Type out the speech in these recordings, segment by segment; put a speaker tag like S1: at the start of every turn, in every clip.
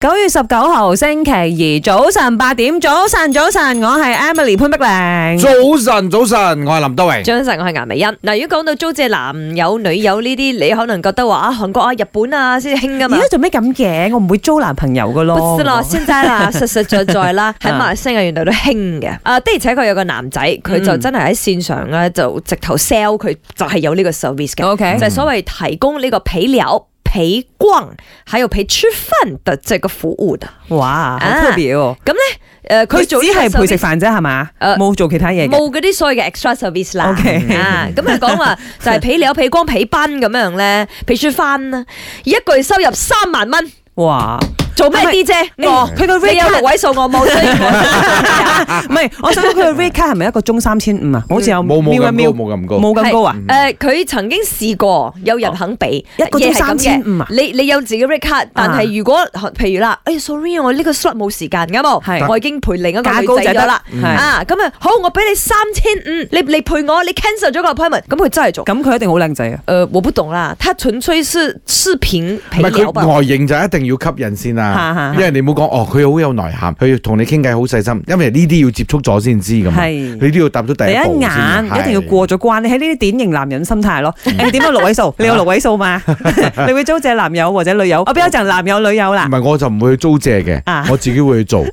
S1: 九月十九號星期二早晨八點，早晨早晨，我係 Emily 潘碧玲。
S2: 早晨，早晨，我係林德榮。
S3: 早晨，我係顏美欣。嗱，如果講到租借男友、女友呢啲，你可能覺得話啊，韓國啊、日本啊先興噶嘛
S1: 而。家做咩咁嘅？我唔會租男朋友噶咯。
S3: 不是 啦，先齋啦，實實在在啦，喺馬來西亞原來都興嘅。啊，的而且確有個男仔，佢
S1: 嗯
S3: 就真係喺線上咧就直頭 sell 佢就係有呢個 service 嘅，
S1: OK，
S3: 就係所謂提供呢個陪聊、陪逛，還有陪吃飯的這個服務的。
S1: 嗯哇，好特別喎。
S3: 咁咧，誒佢做呢
S1: 只
S3: 個
S1: 係陪食
S3: service-
S1: 飯啫，係嘛？
S3: 誒
S1: 呃冇做其他嘢嘅。
S3: 冇嗰啲所謂嘅 extra service 啦
S1: OK
S3: 啊，咁佢 講話就係皮料、皮光、皮賓咁樣咧，皮書翻啦，一個月收入三萬蚊，
S1: 哇，
S3: 做咩
S1: 係咪
S3: DJ？我
S1: 佢個
S3: 你
S1: rate
S3: 有
S1: card
S3: 六位數，我 冇，所以我
S1: 唔係，我想講佢個 rate card 係咪一個中三千五啊？好似有
S2: 冇冇
S1: 瞄一瞄
S2: 咁高，冇咁高。
S1: 冇咁高啊？哦
S3: 誒，佢曾經試過有人肯俾
S1: 一個鐘
S3: 嘢係咁嘅
S1: 3500啊
S3: 你你有自己 rate card，但
S1: 啊
S3: 係如果譬如啦，哎呀，sorry，我呢個 slot 冇時間㗎
S1: 係
S3: 冇，我已經陪另一個
S1: 價
S3: 女
S1: 高就
S3: 仔
S1: 得嗯
S3: 咗啦。
S1: 係
S3: 啊，咁啊，好，我俾你三千五，你你陪我，你 cancel 咗個 appointment，咁佢真係做。
S1: 咁佢一定好靚仔啊！
S3: 呃，我不懂啦，他純粹是視頻
S2: 唔
S3: 陪
S2: 係
S3: 聊
S2: 佢
S3: 吧？
S2: 外形就一定要吸引先
S1: 嚇嚇
S2: 啦，
S1: 嚇
S2: 因為你唔好講哦，佢好有內涵，佢要同你傾偈好細心，因為呢啲要接觸咗先知咁啊。
S1: 係
S2: 你都要踏出第
S1: 第
S2: 一
S1: 一
S2: 步先啊
S1: 眼一定要。
S2: 係
S1: 過咗關，你喺呢啲典型男人心態咯。你點有六位 數？你有六位數嘛？ 你會租借男友或者女友？我比較就男友女友 啦
S2: 唔。係我就唔會去租借
S1: 啊
S2: 嘅，我自己會去做。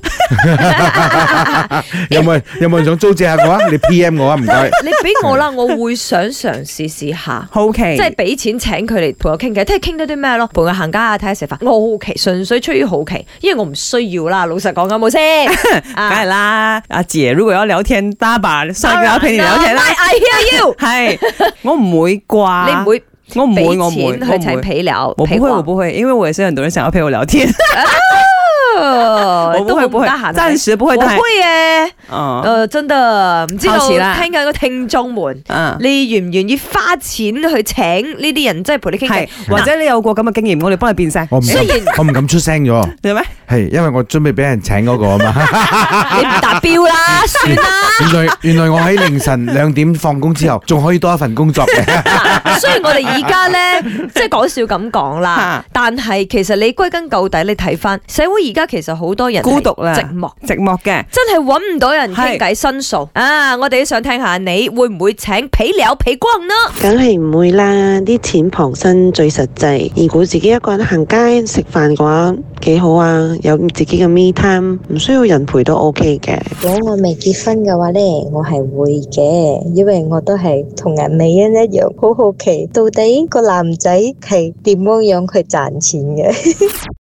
S2: 有冇人有冇人想租借下我啊？你 P M 我啊，唔該。
S3: 你俾我啦，我會想嘗試試下。
S1: 好奇，
S3: 即係俾錢請佢嚟陪我傾偈，睇下傾得啲咩咯，陪我行街啊，睇下食飯。我好奇，純粹出於好奇，因為我唔需要啦。老實講啱 冇先？
S1: 梗係
S3: 啊
S1: 啦。阿姐如果有聊天，搭吧，上 個陪你聊天啦。
S3: I hear you，
S1: 係，我唔會
S3: 你
S1: 掛，
S3: 唔會
S1: 我唔會，我唔會，
S3: 俾錢
S1: 我
S3: 去
S1: 唔
S3: 請
S1: 會。
S3: 陪聊
S1: 我
S3: 陪
S1: 不会，我
S3: 逛？
S1: 不会，因為我也是很多人想要陪我聊天，我
S3: 我 啊
S1: 不會，不
S3: 唔
S1: 會
S3: 得閒，
S1: 暫時不會，
S3: 我
S1: 但係，
S3: 會嘅。
S1: 嗯
S3: 誒，真的唔知道
S1: 好奇啦
S3: 聽緊個聽眾們。
S1: 嗯，
S3: 你願唔願意花錢去請呢啲人，真係陪你傾偈
S1: 係，？或者你有過咁嘅經驗，我哋幫你變聲，
S2: 我唔敢
S3: 雖然，
S2: 我唔敢出聲咗，
S1: 係咩？
S2: 係因為我準備俾人請嗰個啊嘛。
S3: 你唔達標啦，算啦。
S2: 原來原來我喺凌晨兩點放工之後，仲可以多一份工作嘅。
S3: 嗱，雖然我哋而家咧，即係講笑咁講啦
S1: 嚇，
S3: 但係其實你歸根究底，你睇翻社會而家其實好多人係
S1: 孤獨啦
S3: 寂寞。
S1: 寂寞嘅。
S3: 真係揾唔到人傾偈申訴啊！我哋都想聽下你會唔會請皮料皮光呢？
S4: 梗係唔會啦，啲錢傍身最實際。如果自己一個人行街食飯嘅話，幾好啊，有自己嘅 me time，唔需要人陪都 OK 嘅。
S5: 如果我未結婚嘅話呢，我係會嘅，因為我都係同人美欣一樣，好好奇到底個男仔係點樣樣去賺錢嘅。